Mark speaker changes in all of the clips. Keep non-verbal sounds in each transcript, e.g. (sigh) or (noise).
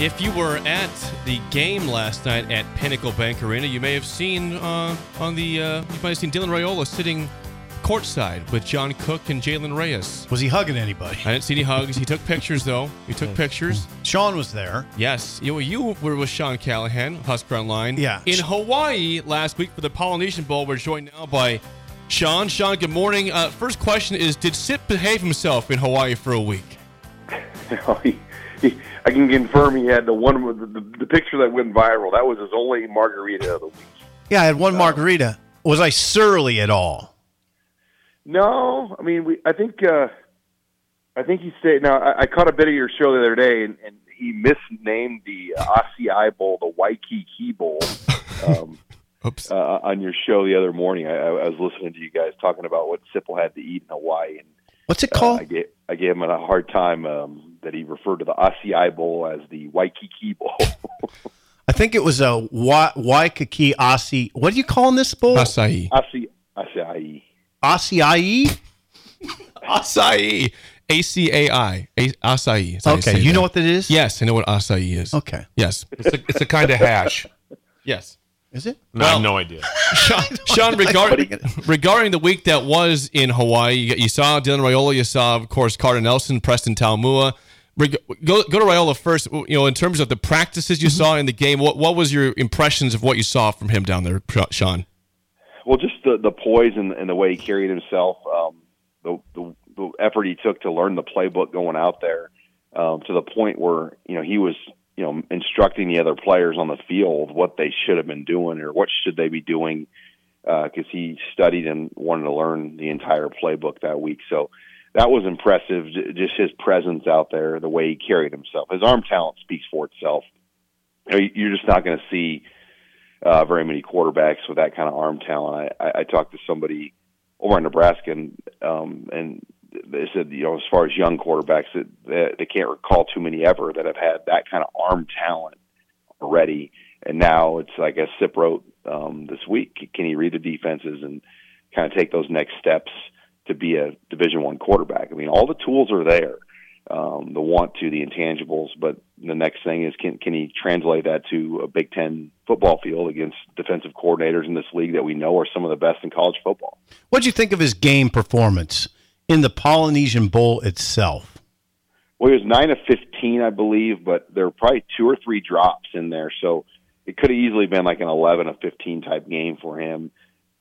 Speaker 1: If you were at the game last night at Pinnacle Bank Arena, you may have seen uh, on the uh, you might have seen Dylan Rayola sitting courtside with John Cook and Jalen Reyes.
Speaker 2: Was he hugging anybody?
Speaker 1: I didn't see any hugs. He took pictures though. He took pictures.
Speaker 2: Sean was there.
Speaker 1: Yes, you you were with Sean Callahan, Husker Online.
Speaker 2: Yeah.
Speaker 1: in Hawaii last week for the Polynesian Bowl. We're joined now by Sean. Sean, good morning. Uh, first question is: Did Sip behave himself in Hawaii for a week?
Speaker 3: (laughs) he, he, I can confirm he had the one with the, the, the picture that went viral. That was his only margarita of the week.
Speaker 2: Yeah, I had one margarita. Was I surly at all?
Speaker 3: No, I mean, we, I think uh, I think he stayed. Now, I, I caught a bit of your show the other day, and, and he misnamed the uh, Aussie Bowl the Waikiki Bowl um,
Speaker 1: Oops.
Speaker 3: uh, on your show the other morning. I, I was listening to you guys talking about what Sipple had to eat in Hawaii, and
Speaker 2: What's it
Speaker 3: uh,
Speaker 2: called?
Speaker 3: I, gave, I gave him a hard time um, that he referred to the Aussie Bowl as the Waikiki Bowl. (laughs)
Speaker 2: I think it was a Wa- Waikiki Aussie. What do you call this bowl?
Speaker 1: Acai.
Speaker 3: Aussie, Aussie. E.
Speaker 2: Aussie IE?
Speaker 1: Acai. A C A I. A- Acai. is how
Speaker 2: Okay,
Speaker 1: say
Speaker 2: you know
Speaker 1: that.
Speaker 2: what that is?
Speaker 1: Yes, I know what acai is.
Speaker 2: Okay.
Speaker 1: Yes.
Speaker 4: It's a, it's a kind
Speaker 2: (laughs)
Speaker 4: of hash.
Speaker 1: Yes.
Speaker 2: Is it?
Speaker 4: No, I have no idea.
Speaker 2: (laughs)
Speaker 1: Sean, Sean regarding, regarding the week that was in Hawaii, you, you saw Dylan Raiola, you saw, of course, Carter Nelson, Preston Talmua. Reg- go, go to Raiola first. You know, in terms of the practices
Speaker 2: Mm-hmm.
Speaker 1: you saw in the game, what, what was your impressions of what you saw from him down there, Sean?
Speaker 3: Well, just the the poise and, and the way he carried himself, um, the, the the effort he took to learn the playbook going out there, um, to the point where you know he was you know instructing the other players on the field what they should have been doing or what should they be doing, because he studied and wanted to learn the entire playbook that week. So that was impressive. j- Just his presence out there, the way he carried himself, his arm talent speaks for itself. You know, You're just not going to see uh, very many quarterbacks with that kind of arm talent. I, I, I talked to somebody over in Nebraska, and um, and they said, you know, as far as young quarterbacks, that that they can't recall too many ever that have had that kind of arm talent already. And now it's like a sip wrote um, this week. Can he read the defenses and kind of take those next steps to be a Division One quarterback? I mean, all the tools are there. Um, the want to, the intangibles, but the next thing is can can he translate that to a Big Ten football field against defensive coordinators in this league that we know are some of the best in college football?
Speaker 2: What'd you think of his game performance in the Polynesian Bowl itself?
Speaker 3: Well, he was nine of fifteen, I believe, but there were probably two or three drops in there, so it could have easily been like an eleven of fifteen type game for him.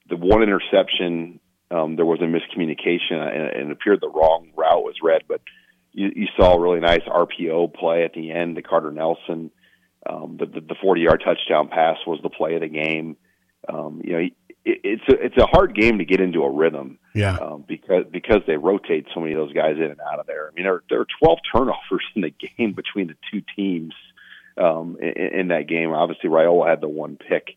Speaker 3: The one interception, um, there was a miscommunication, and, and it appeared the wrong route was read. But you, you saw a really nice RPO play at the end, the Carter Nelson, um, the the- the forty yard touchdown pass was the play of the game. Um, you know, he, it, it's a, it's a hard game to get into a rhythm
Speaker 2: Yeah.
Speaker 3: um, because because they rotate so many of those guys in and out of there. I mean, there there are 12 turnovers (laughs) in the game between the two teams um, in, in that game. Obviously, Raiola had the one pick,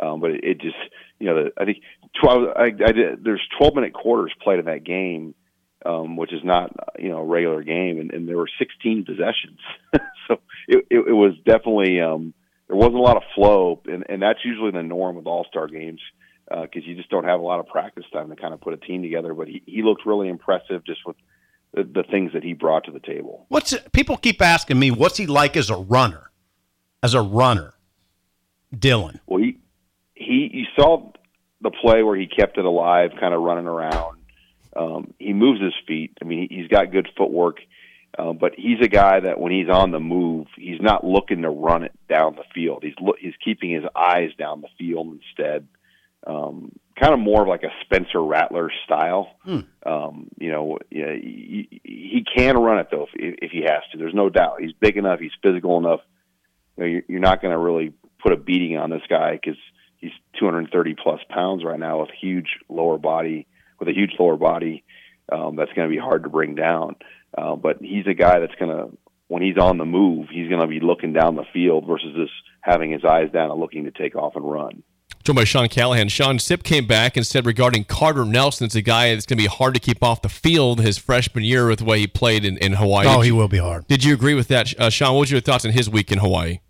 Speaker 3: um, but it, it just you know the, I think 12. I, I did, there's 12 minute quarters played in that game, um, which is not you know a regular game, and, and there were 16 possessions, (laughs) so it, it, it was definitely um, there wasn't a lot of flow, and, and that's usually the norm with all star games because uh, you just don't have a lot of practice time to kind of put a team together. But he, he looked really impressive just with the, the things that he brought to the table.
Speaker 2: What's people keep asking me, what's he like as a runner? As a runner, Dylan.
Speaker 3: Well, he he you saw the play where he kept it alive, kind of running around. Um, he moves his feet. I mean, he- he's got good footwork, uh, but he's a guy that when he's on the move, he's not looking to run it down the field. He's look, he's keeping his eyes down the field instead. Um, kind of more of like a Spencer Rattler style. Um, you know, yeah, he, he- he can run it though if, if he has to. There's no doubt. He's big enough. He's physical enough. You know, you're, you're not going to really put a beating on this guy because he's 230 plus pounds right now with huge lower body with a huge lower body um, that's going to be hard to bring down. Uh, but he's a guy that's going to when he's on the move, he's going to be looking down the field versus just having his eyes down and looking to take off and run.
Speaker 1: Joined by Sean Callahan. Sean Sip came back and said regarding Carter Nelson, it's a guy that's going to be hard to keep off the field his freshman year with the way he played in, in Hawaii.
Speaker 2: Oh, he will be hard.
Speaker 1: Did you agree with that, uh, Sean? What was your thoughts on his week in Hawaii?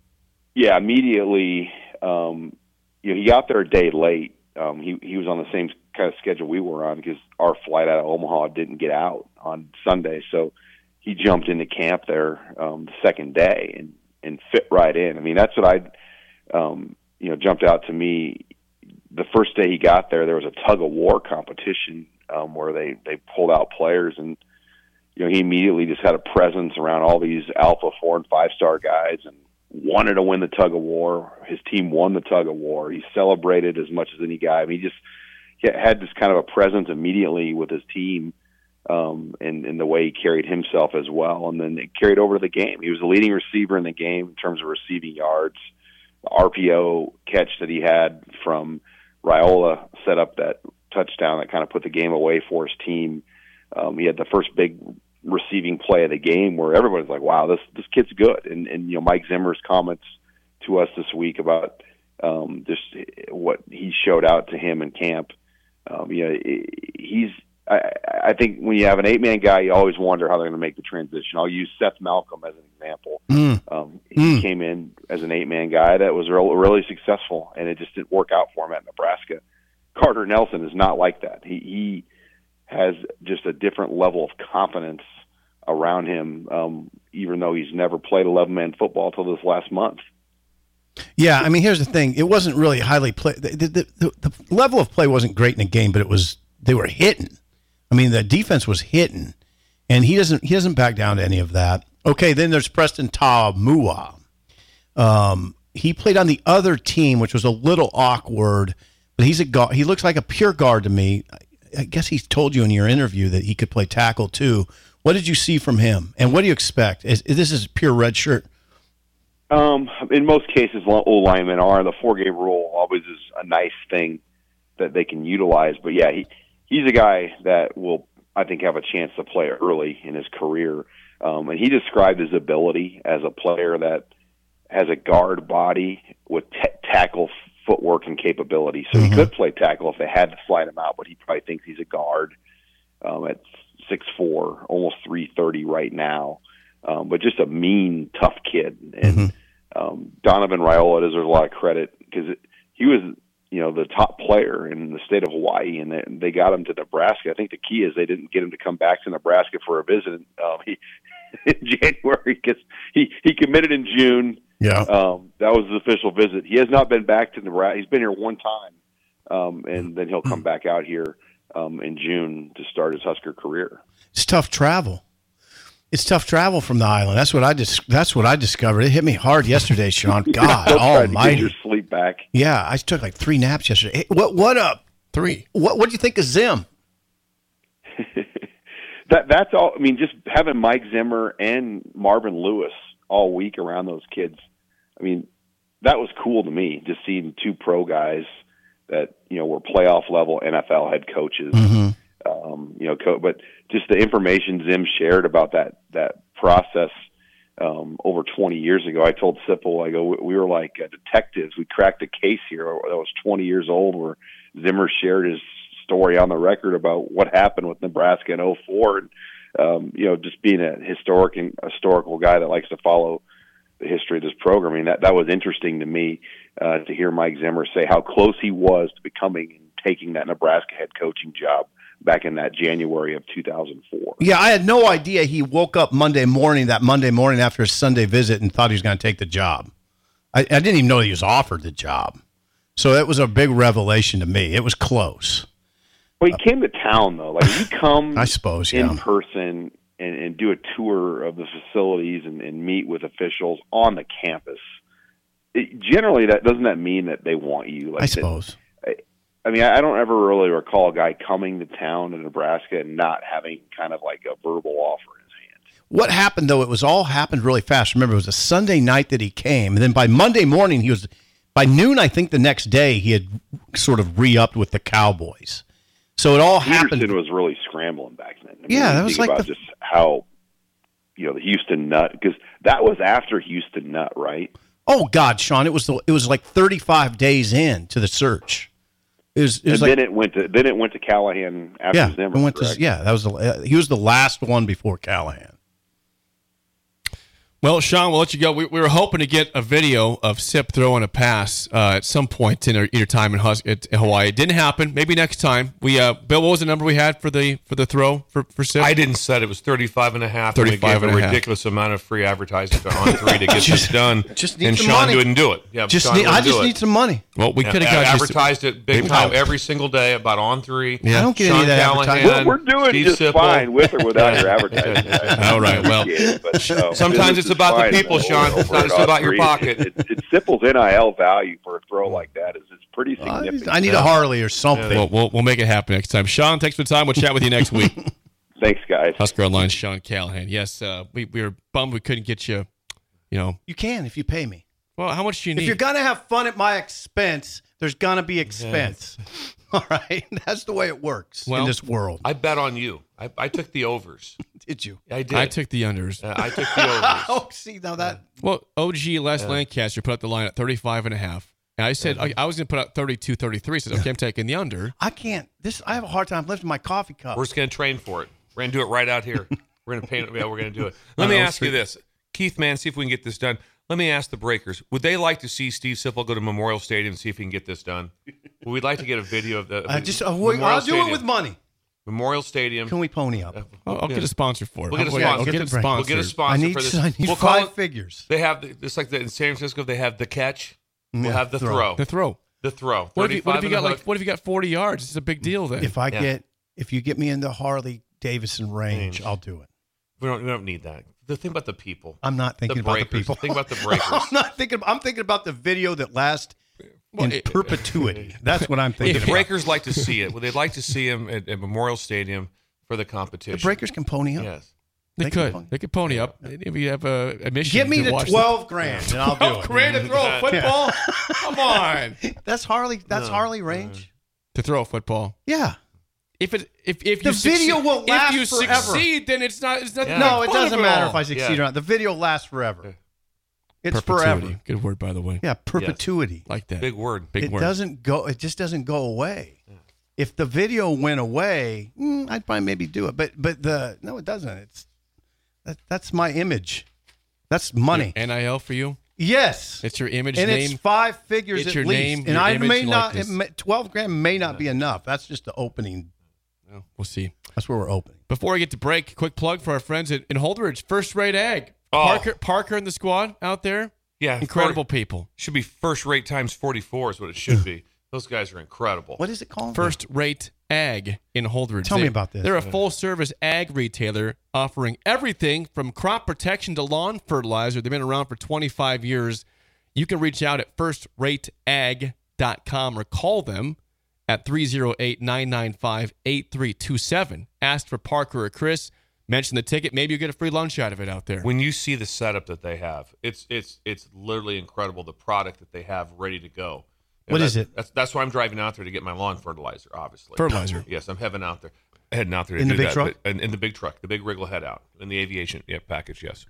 Speaker 3: Yeah, immediately. Um, you know, he got there a day late. Um, he he was on the same kind of schedule we were on because our flight out of Omaha didn't get out on Sunday, so he jumped into camp there um, the second day and and fit right in. I mean, that's what I, um, you know, jumped out to me. The first day he got there, there was a tug of war competition um, where they they pulled out players and you know, he immediately just had a presence around all these alpha four and five star guys and wanted to win the tug of war. His team won the tug of war. He celebrated as much as any guy. I mean, he just he had this kind of a presence immediately with his team um, and, and the way he carried himself as well. And then it carried over to the game. He was the leading receiver in the game in terms of receiving yards. The RPO catch that he had from Riola set up that touchdown that kind of put the game away for his team. Um, he had the first big receiving play of the game where everybody's like, "Wow, this this kid's good." And and you know Mike Zimmer's comments to us this week about um, just what he showed out to him in camp. Um, you know, he's. I, I think when you have an eight man guy, you always wonder how they're going to make the transition. I'll use Seth Malcolm as an example. Um, he
Speaker 2: Mm.
Speaker 3: came in as an eight man guy that was real, really successful, and it just didn't work out for him at Nebraska. Carter Nelson is not like that. He, he has just a different level of confidence around him, um, even though he's never played 11 man football till this last month.
Speaker 2: Yeah, I mean, here's the thing: it wasn't really highly play. The, the, the, the level of play wasn't great in the game, but it was they were hitting. I mean, the defense was hitting, and he doesn't he doesn't back down to any of that. Okay, then there's Preston Tamua. Um, he played on the other team, which was a little awkward, but he's a guard. He looks like a pure guard to me. I- I guess he told you in your interview that he could play tackle too. What did you see from him, and what do you expect? Is, is this is pure red shirt?
Speaker 3: Um, in most cases, li- old linemen are the four game rule always is a nice thing that they can utilize. But yeah, he he's a guy that will I think have a chance to play early in his career. Um, and he described his ability as a player that has a guard body with t- tackle f- footwork and capability. So he could play tackle if they had to slide him out, but he probably thinks he's a guard um, at six four, almost three thirty right now. Um, but just a mean, tough kid, and
Speaker 2: Mm-hmm.
Speaker 3: um, Donovan Raiola deserves a lot of credit because he was, you know, the top player in the state of Hawaii, and they, they got him to Nebraska. I think the key is they didn't get him to come back to Nebraska for a visit. Um, he (laughs) in January because he he committed in June.
Speaker 2: Yeah,
Speaker 3: Um, that was his official visit. He has not been back to Nebraska. He's been here one time, um, and then he'll come back out here um, in June to start his Husker career.
Speaker 2: it's tough travel. It's tough travel from the island. That's what I just. That's what I discovered. It hit me hard yesterday, Sean.
Speaker 3: (laughs)
Speaker 2: God
Speaker 3: Still trying to get
Speaker 2: Almighty.
Speaker 3: your sleep back.
Speaker 2: Yeah, I took like three naps yesterday. Hey, what? What up?
Speaker 1: Three.
Speaker 2: What? What do you think of Zim?
Speaker 3: that that's all. I mean, just having Mike Zimmer and Marvin Lewis all week around those kids. I mean, that was cool to me. Just seeing two pro guys that you know were playoff level NFL head coaches. Um, you know, co- but just the information Zim shared about that that process um, over 20 years ago. I told Sipple, I go, we- we were like uh, detectives. We cracked a case here that was 20 years old where Zimmer shared his story on the record about what happened with Nebraska in 04. And, um, you know, just being a historic and historical guy that likes to follow the history of this program. I mean, that, that was interesting to me uh, to hear Mike Zimmer say how close he was to becoming and taking that Nebraska head coaching job back in that January of 2004.
Speaker 2: Yeah, I had no idea he woke up Monday morning, that Monday morning after his Sunday visit, and thought he was going to take the job. I, I didn't even know he was offered the job. So that was a big revelation to me. It was close.
Speaker 3: Well, he came to town though. Like
Speaker 2: (laughs)
Speaker 3: he come,
Speaker 2: I suppose,
Speaker 3: in
Speaker 2: yeah.
Speaker 3: person and, and do a tour of the facilities and, and meet with officials on the campus. It, generally, that doesn't that mean that they want you? Like
Speaker 2: I
Speaker 3: that-
Speaker 2: suppose.
Speaker 3: I mean, I I don't ever really recall a guy coming to town in Nebraska and not having kind of like a verbal offer in his hand.
Speaker 2: What happened though? It was all happened really fast. Remember, it was a Sunday night that he came, and then by Monday morning he was. By noon, I think the next day he had sort of re-upped with the Cowboys. So it all happened.
Speaker 3: Peterson was really scrambling back then. I mean,
Speaker 2: Yeah,
Speaker 3: when you
Speaker 2: that was
Speaker 3: think
Speaker 2: like
Speaker 3: about
Speaker 2: the-
Speaker 3: just how you know the Houston Nut because that was after Houston Nut, right?
Speaker 2: Oh God, Sean, it was the, it was like 35 days in to the search. It was, it
Speaker 3: And
Speaker 2: was like
Speaker 3: then it went to then it went to Callahan after
Speaker 2: yeah,
Speaker 3: Zimmer.
Speaker 2: it went to-
Speaker 3: correct?
Speaker 2: yeah, that was the, uh, he was the last one before Callahan.
Speaker 1: Well, Sean, we'll let you go. We, we were hoping to get a video of Sip throwing a pass uh, at some point in, our, in your time in, Hus- at, in Hawaii. It didn't happen. Maybe next time. We uh, Bill, what was the number we had for the for the throw for for Sip?
Speaker 4: I didn't set it. It was 35 and a half. and we
Speaker 1: 35
Speaker 4: gave
Speaker 1: and a
Speaker 4: a
Speaker 1: half.
Speaker 4: ridiculous amount of free advertising to on three to get this done.
Speaker 2: just need
Speaker 4: and
Speaker 2: the
Speaker 4: Sean
Speaker 2: money.
Speaker 4: didn't do it. Yeah,
Speaker 2: Just
Speaker 4: Sean
Speaker 2: need,
Speaker 4: wouldn't
Speaker 2: I just
Speaker 4: do it.
Speaker 2: need some money.
Speaker 1: well, we
Speaker 4: Yeah,
Speaker 1: could have got you some-
Speaker 4: advertised it big
Speaker 1: Maybe
Speaker 4: time
Speaker 1: not.
Speaker 4: every single day about on three.
Speaker 1: Yeah. I
Speaker 2: don't get any of that advertising.
Speaker 3: We're, we're doing
Speaker 4: Steve
Speaker 3: just
Speaker 4: Sipple.
Speaker 3: fine with or without
Speaker 4: (laughs)
Speaker 3: your advertising.
Speaker 1: All right, well.
Speaker 3: Yeah, but, no,
Speaker 4: Sometimes
Speaker 3: this
Speaker 4: it's
Speaker 3: is
Speaker 4: about the
Speaker 3: fine,
Speaker 4: people,
Speaker 3: though,
Speaker 4: Sean.
Speaker 3: over
Speaker 4: It's not
Speaker 3: at
Speaker 4: just about your
Speaker 3: Autry.
Speaker 4: pocket.
Speaker 3: It, it, it Sipple's NIL value for a throw like that is it's pretty
Speaker 2: I,
Speaker 3: significant.
Speaker 2: I need a Harley or something.
Speaker 1: We'll, we'll, we'll make it happen next time. Sean, thanks for the time. We'll chat with you next week.
Speaker 3: Thanks, guys.
Speaker 1: Husker Online, Sean Callahan. Yes, uh, we, we were bummed we couldn't get you, you know.
Speaker 2: You can if you pay me.
Speaker 1: Well, how much do you
Speaker 2: If
Speaker 1: need?
Speaker 2: you're gonna have fun at my expense, there's gonna be expense. (laughs) All right, that's the way it works
Speaker 1: Well,
Speaker 2: in this world.
Speaker 4: I bet on you. I, I took the overs.
Speaker 2: Did you?
Speaker 4: I did.
Speaker 1: I took the unders.
Speaker 4: Uh, I took the overs.
Speaker 2: Oh, see now that
Speaker 1: Well, OG Les Lancaster put up the line at 35 and a half. And I said, I, I was going to put out 32, 33. Says, okay, I'm taking the under.
Speaker 2: I can't. This I have a hard time lifting my coffee cup.
Speaker 4: We're just going to train for it. We're going to do it right out
Speaker 2: (laughs)
Speaker 4: here. We're going to paint it. Yeah, we're going to do it. Let me
Speaker 1: Elm
Speaker 4: ask you this, Keith. Man, see if we can get this done. Let me ask the Breakers. Would they like to see Steve Sipple go to Memorial Stadium and see if he can get
Speaker 2: (laughs)
Speaker 4: this done? We'd like to get a video of the.
Speaker 2: I just uh,
Speaker 4: Memorial
Speaker 2: I'll do
Speaker 4: Stadium.
Speaker 2: it with money.
Speaker 4: Memorial Stadium.
Speaker 2: Can we pony up?
Speaker 1: I'll, I'll get a sponsor for it.
Speaker 4: We'll get a
Speaker 1: I'll- I'll
Speaker 4: sponsor. Get
Speaker 1: get
Speaker 2: the
Speaker 1: a
Speaker 2: brand.
Speaker 1: sponsor.
Speaker 4: We'll get a
Speaker 2: I
Speaker 4: sponsor
Speaker 2: need,
Speaker 4: for this.
Speaker 2: I need
Speaker 4: we'll call
Speaker 2: five
Speaker 4: it-
Speaker 2: figures.
Speaker 4: They have the, it's like the, in San Francisco. They have the catch.
Speaker 2: Yeah,
Speaker 4: we'll have the
Speaker 2: throw.
Speaker 4: throw.
Speaker 1: The throw.
Speaker 4: The throw.
Speaker 1: What if you, what if
Speaker 4: 35
Speaker 1: you
Speaker 4: and a
Speaker 1: got like
Speaker 4: hook.
Speaker 1: what if you got 40 yards? It's a big deal then.
Speaker 2: If I
Speaker 4: Yeah.
Speaker 2: get, if you get me into Harley Davidson range,
Speaker 4: Range.
Speaker 2: I'll do it.
Speaker 4: We don't. We don't need that. The thing about the people.
Speaker 2: I'm not thinking about the
Speaker 4: breakers.
Speaker 2: people.
Speaker 4: Think about the breakers.
Speaker 2: (laughs) I'm not thinking. I'm thinking about the video that lasts in
Speaker 1: Well, it-
Speaker 4: (laughs)
Speaker 2: perpetuity. That's what I'm thinking.
Speaker 4: the
Speaker 2: about.
Speaker 4: breakers like to see it. Well, they'd like to see him at, at Memorial Stadium for the competition.
Speaker 2: The breakers can pony up.
Speaker 4: Yes.
Speaker 1: they,
Speaker 2: they can
Speaker 1: could.
Speaker 2: pony-
Speaker 1: They could pony up. If you have a admission,
Speaker 2: Get me
Speaker 1: you
Speaker 2: to
Speaker 1: can watch
Speaker 2: twelve grand, and I'll
Speaker 1: The- oh,
Speaker 2: do it.
Speaker 1: great to throw a
Speaker 4: (laughs)
Speaker 1: football. Come on.
Speaker 2: That's Harley. That's
Speaker 4: No.
Speaker 1: Mm-hmm.
Speaker 2: Harley range.
Speaker 4: (laughs)
Speaker 1: To throw a football.
Speaker 2: Yeah.
Speaker 1: If it if if
Speaker 2: The
Speaker 1: you succeed-
Speaker 2: video will last
Speaker 1: If you
Speaker 2: forever.
Speaker 1: succeed, then it's not it's nothing.
Speaker 4: Yeah.
Speaker 2: No, it
Speaker 1: fun of
Speaker 2: doesn't matter
Speaker 1: all.
Speaker 2: if I succeed
Speaker 4: Yeah.
Speaker 2: or not. The video lasts forever. It's
Speaker 1: Perpetuity.
Speaker 2: forever.
Speaker 1: Good word by the way.
Speaker 2: Yeah, perpetuity.
Speaker 1: Like that.
Speaker 4: Big word.
Speaker 1: Big
Speaker 2: it
Speaker 1: word.
Speaker 2: doesn't go. It just doesn't go away. If the video went away, mm, I'd probably maybe do it. But but the no, it doesn't. It's that, that's my image. That's money.
Speaker 1: NIL for you.
Speaker 2: yes,
Speaker 1: It's your image
Speaker 2: and
Speaker 1: name.
Speaker 2: it's five figures
Speaker 1: It's
Speaker 2: at
Speaker 1: your
Speaker 2: least.
Speaker 1: name,
Speaker 2: and
Speaker 1: your
Speaker 2: I
Speaker 1: image,
Speaker 2: may
Speaker 1: and
Speaker 2: not.
Speaker 1: likeness.
Speaker 2: It may, Twelve grand may not be enough. That's just the opening.
Speaker 1: we'll see.
Speaker 2: That's where we're opening.
Speaker 1: Before I get to break, quick plug for our friends at, in Holdridge, First Rate Egg.
Speaker 4: Oh.
Speaker 1: Parker, Parker and the squad out there,
Speaker 4: Yeah.
Speaker 1: incredible
Speaker 4: fir-
Speaker 1: people.
Speaker 4: should be first rate times 44 is what it should be. Those guys are incredible.
Speaker 2: What is it called?
Speaker 1: First Rate Ag in Holdridge.
Speaker 2: Tell me
Speaker 1: They-
Speaker 2: about this.
Speaker 1: They're a full service ag retailer offering everything from crop protection to lawn fertilizer. They've been around for 25 years. You can reach out at firstrateag.com or call them at 308 995 8327. Ask for Parker or Chris. Mention the ticket. Maybe you get a free lunch out of it out there. (laughs)
Speaker 4: When you see the setup that they have, it's it's it's literally incredible the product that they have ready to go.
Speaker 2: What
Speaker 4: What is
Speaker 2: is it?
Speaker 4: That's that's why I'm driving out there to get my lawn fertilizer, obviously.
Speaker 1: Fertilizer.
Speaker 4: Yes, I'm heading out there. Heading out there to
Speaker 2: In the
Speaker 4: do
Speaker 2: big
Speaker 4: that,
Speaker 2: truck?
Speaker 4: but- in, in the big truck, the big wriggle head out in the aviation yeah, package. Yes,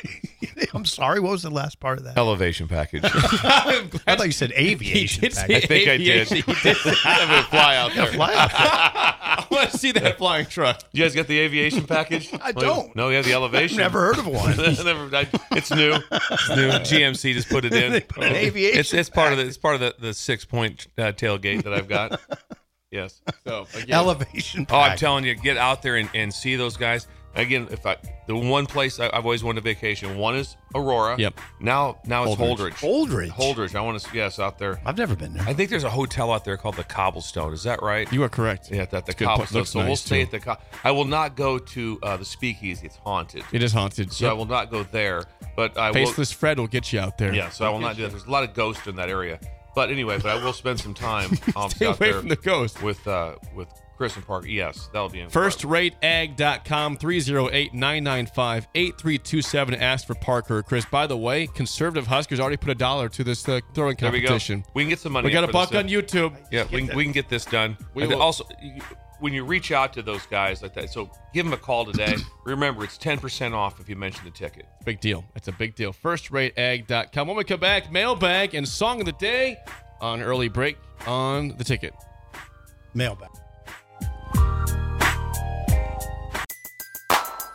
Speaker 2: (laughs) I'm sorry. What was the last part of that?
Speaker 4: elevation
Speaker 2: (laughs)
Speaker 4: package.
Speaker 2: I thought you
Speaker 4: (laughs)
Speaker 2: said aviation.
Speaker 1: did say
Speaker 2: package.
Speaker 4: I think I did. (laughs)
Speaker 1: Aviation.
Speaker 4: I'm gonna fly out there.
Speaker 1: (laughs) I want to see that flying truck.
Speaker 4: You guys got the aviation package?
Speaker 2: I don't.
Speaker 4: No, you have the elevation.
Speaker 2: Never
Speaker 4: (laughs)
Speaker 2: heard of one.
Speaker 4: Never- I- it's new. It's new. GMC just put it in.
Speaker 2: They put an aviation
Speaker 4: It's, it's part of the. It's part of the, the six point uh, tailgate that
Speaker 2: (laughs)
Speaker 4: I've got. yes.
Speaker 1: So again,
Speaker 2: Elevation.
Speaker 4: Oh, I'm
Speaker 2: package.
Speaker 4: telling you, get out there and, and see those guys. Again, if I The one place I, I've always wanted to vacation. One is Aurora.
Speaker 1: Yep.
Speaker 4: Now, now it's
Speaker 1: Holdridge.
Speaker 2: Holdridge?
Speaker 4: Holdridge. Holdridge. I want to. Yes, out there.
Speaker 2: I've never been there.
Speaker 4: I think there's a hotel out there called the Cobblestone. Is that right?
Speaker 1: You are correct.
Speaker 4: yeah, that the
Speaker 1: It's good point.
Speaker 4: Cobblestone.
Speaker 1: Looks
Speaker 4: So we'll
Speaker 1: nice,
Speaker 4: stay
Speaker 1: too.
Speaker 4: at the. Co- I will not go to uh, the Speakeasy. It's haunted.
Speaker 1: It is haunted.
Speaker 4: So I will not go there. But I will.
Speaker 1: Faceless Fred will get you out there.
Speaker 4: Yeah, so I will not do that. There's a lot of ghosts in that area. But anyway, but I will spend
Speaker 1: (laughs)
Speaker 4: some time
Speaker 1: (laughs)
Speaker 4: um,
Speaker 1: Stay
Speaker 4: out
Speaker 1: away
Speaker 4: there
Speaker 1: from the ghost.
Speaker 4: with uh, with Chris and Parker. Yes, that'll be in
Speaker 1: FirstRateAg.com 308 995 8327. Ask for Parker. Chris, by the way, conservative Huskers already put a dollar to this uh, throwing
Speaker 4: There we go.
Speaker 1: competition.
Speaker 4: We can get some money.
Speaker 1: We got a
Speaker 4: in for this,
Speaker 1: buck on
Speaker 4: uh,
Speaker 1: YouTube.
Speaker 4: Yeah, we, can- we can get this done.
Speaker 1: We
Speaker 4: And
Speaker 1: will-
Speaker 4: also, you- when you reach out to those guys like that, so give them a call today. Remember, it's ten percent off if you mention the ticket.
Speaker 1: Big deal. That's a big deal. FirstRateAg.com. When we come back, mailbag and song of the day on early break on the ticket.
Speaker 2: Mailbag.